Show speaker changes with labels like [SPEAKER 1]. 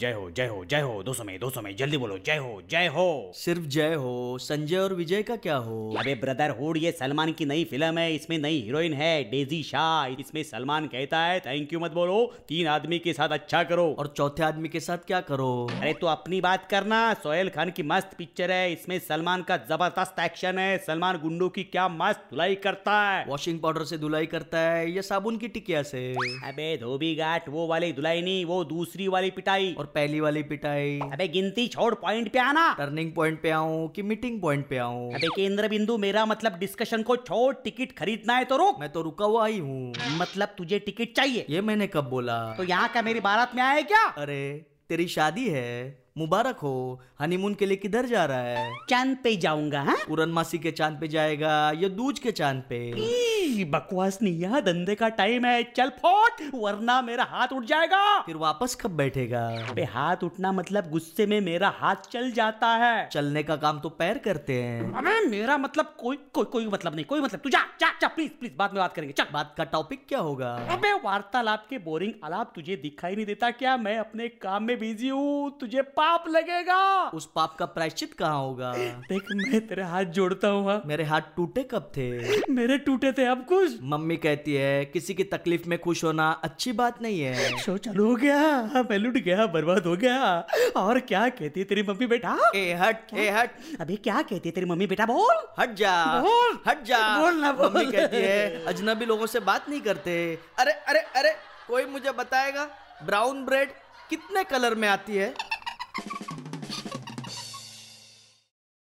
[SPEAKER 1] जय हो जय हो जय हो दो सौ में दो सौ में जल्दी बोलो जय हो जय हो
[SPEAKER 2] सिर्फ जय हो संजय और विजय का क्या हो
[SPEAKER 1] अबे ब्रदरहुड ये सलमान की नई फिल्म है इसमें नई हीरोइन है डेजी शाह इसमें सलमान कहता है थैंक यू मत बोलो तीन आदमी के साथ अच्छा करो
[SPEAKER 2] और चौथे आदमी के साथ क्या करो
[SPEAKER 1] अरे तो अपनी बात करना सोहेल खान की मस्त पिक्चर है इसमें सलमान का जबरदस्त एक्शन है सलमान गुंडों की क्या मस्त धुलाई करता है
[SPEAKER 2] वॉशिंग पाउडर से धुलाई करता है या साबुन की टिकिया से
[SPEAKER 1] अबे धोबी घाट वो वाली धुलाई नहीं वो दूसरी वाली पिटाई
[SPEAKER 2] और पहली वाली पिटाई
[SPEAKER 1] अबे गिनती छोड़ पॉइंट पे आना
[SPEAKER 2] टर्निंग पॉइंट पे आऊं कि मीटिंग पॉइंट पे आऊं
[SPEAKER 1] अबे केंद्र बिंदु मेरा मतलब डिस्कशन को छोड़ टिकट खरीदना है तो रोक
[SPEAKER 2] मैं तो रुका हुआ ही हूँ
[SPEAKER 1] मतलब तुझे टिकट चाहिए
[SPEAKER 2] ये मैंने कब बोला
[SPEAKER 1] तो यहाँ का मेरी बारात में आए क्या
[SPEAKER 2] अरे तेरी शादी है मुबारक हो हनीमून के लिए किधर जा रहा है
[SPEAKER 1] चांद पे जाऊंगा हाँ
[SPEAKER 2] पूरन मासी के चांद पे जाएगा या दूज के चांद पे
[SPEAKER 1] ई, बकवास नहीं यहाँ धंधे का टाइम है चल फोट वरना मेरा हाथ उठ जाएगा
[SPEAKER 2] फिर वापस कब बैठेगा
[SPEAKER 1] अबे हाथ उठना मतलब गुस्से में मेरा हाथ चल जाता है
[SPEAKER 2] चलने का काम तो पैर करते हैं
[SPEAKER 1] अबे मेरा मतलब कोई कोई कोई मतलब नहीं कोई मतलब तू जा जा जा प्लीज प्लीज बाद में बात करेंगे चल
[SPEAKER 2] बात का टॉपिक क्या होगा
[SPEAKER 1] अबे वार्तालाप के बोरिंग आलाप तुझे दिखाई नहीं देता क्या मैं अपने काम में बिजी हूँ तुझे पाप लगेगा
[SPEAKER 2] उस पाप का प्रायश्चित कहाँ होगा
[SPEAKER 1] देख मैं तेरे हाथ जोड़ता हूँ हाँ।
[SPEAKER 2] मेरे हाथ टूटे कब थे
[SPEAKER 1] मेरे टूटे थे अब कुछ
[SPEAKER 2] मम्मी कहती है किसी की तकलीफ में खुश होना अच्छी बात नहीं है
[SPEAKER 1] शो चालू हो गया हाँ, मैं लुट गया बर्बाद हो गया और क्या कहती है तेरी मम्मी बेटा
[SPEAKER 2] ए हट ए हट
[SPEAKER 1] अबे क्या कहती है तेरी मम्मी बेटा बोल
[SPEAKER 2] हट जा
[SPEAKER 1] बोल।
[SPEAKER 2] हट जा
[SPEAKER 1] बोल ना, बोल।
[SPEAKER 2] मम्मी कहती है अजनबी लोगों से बात नहीं करते अरे अरे अरे कोई मुझे बताएगा ब्राउन ब्रेड कितने कलर में आती है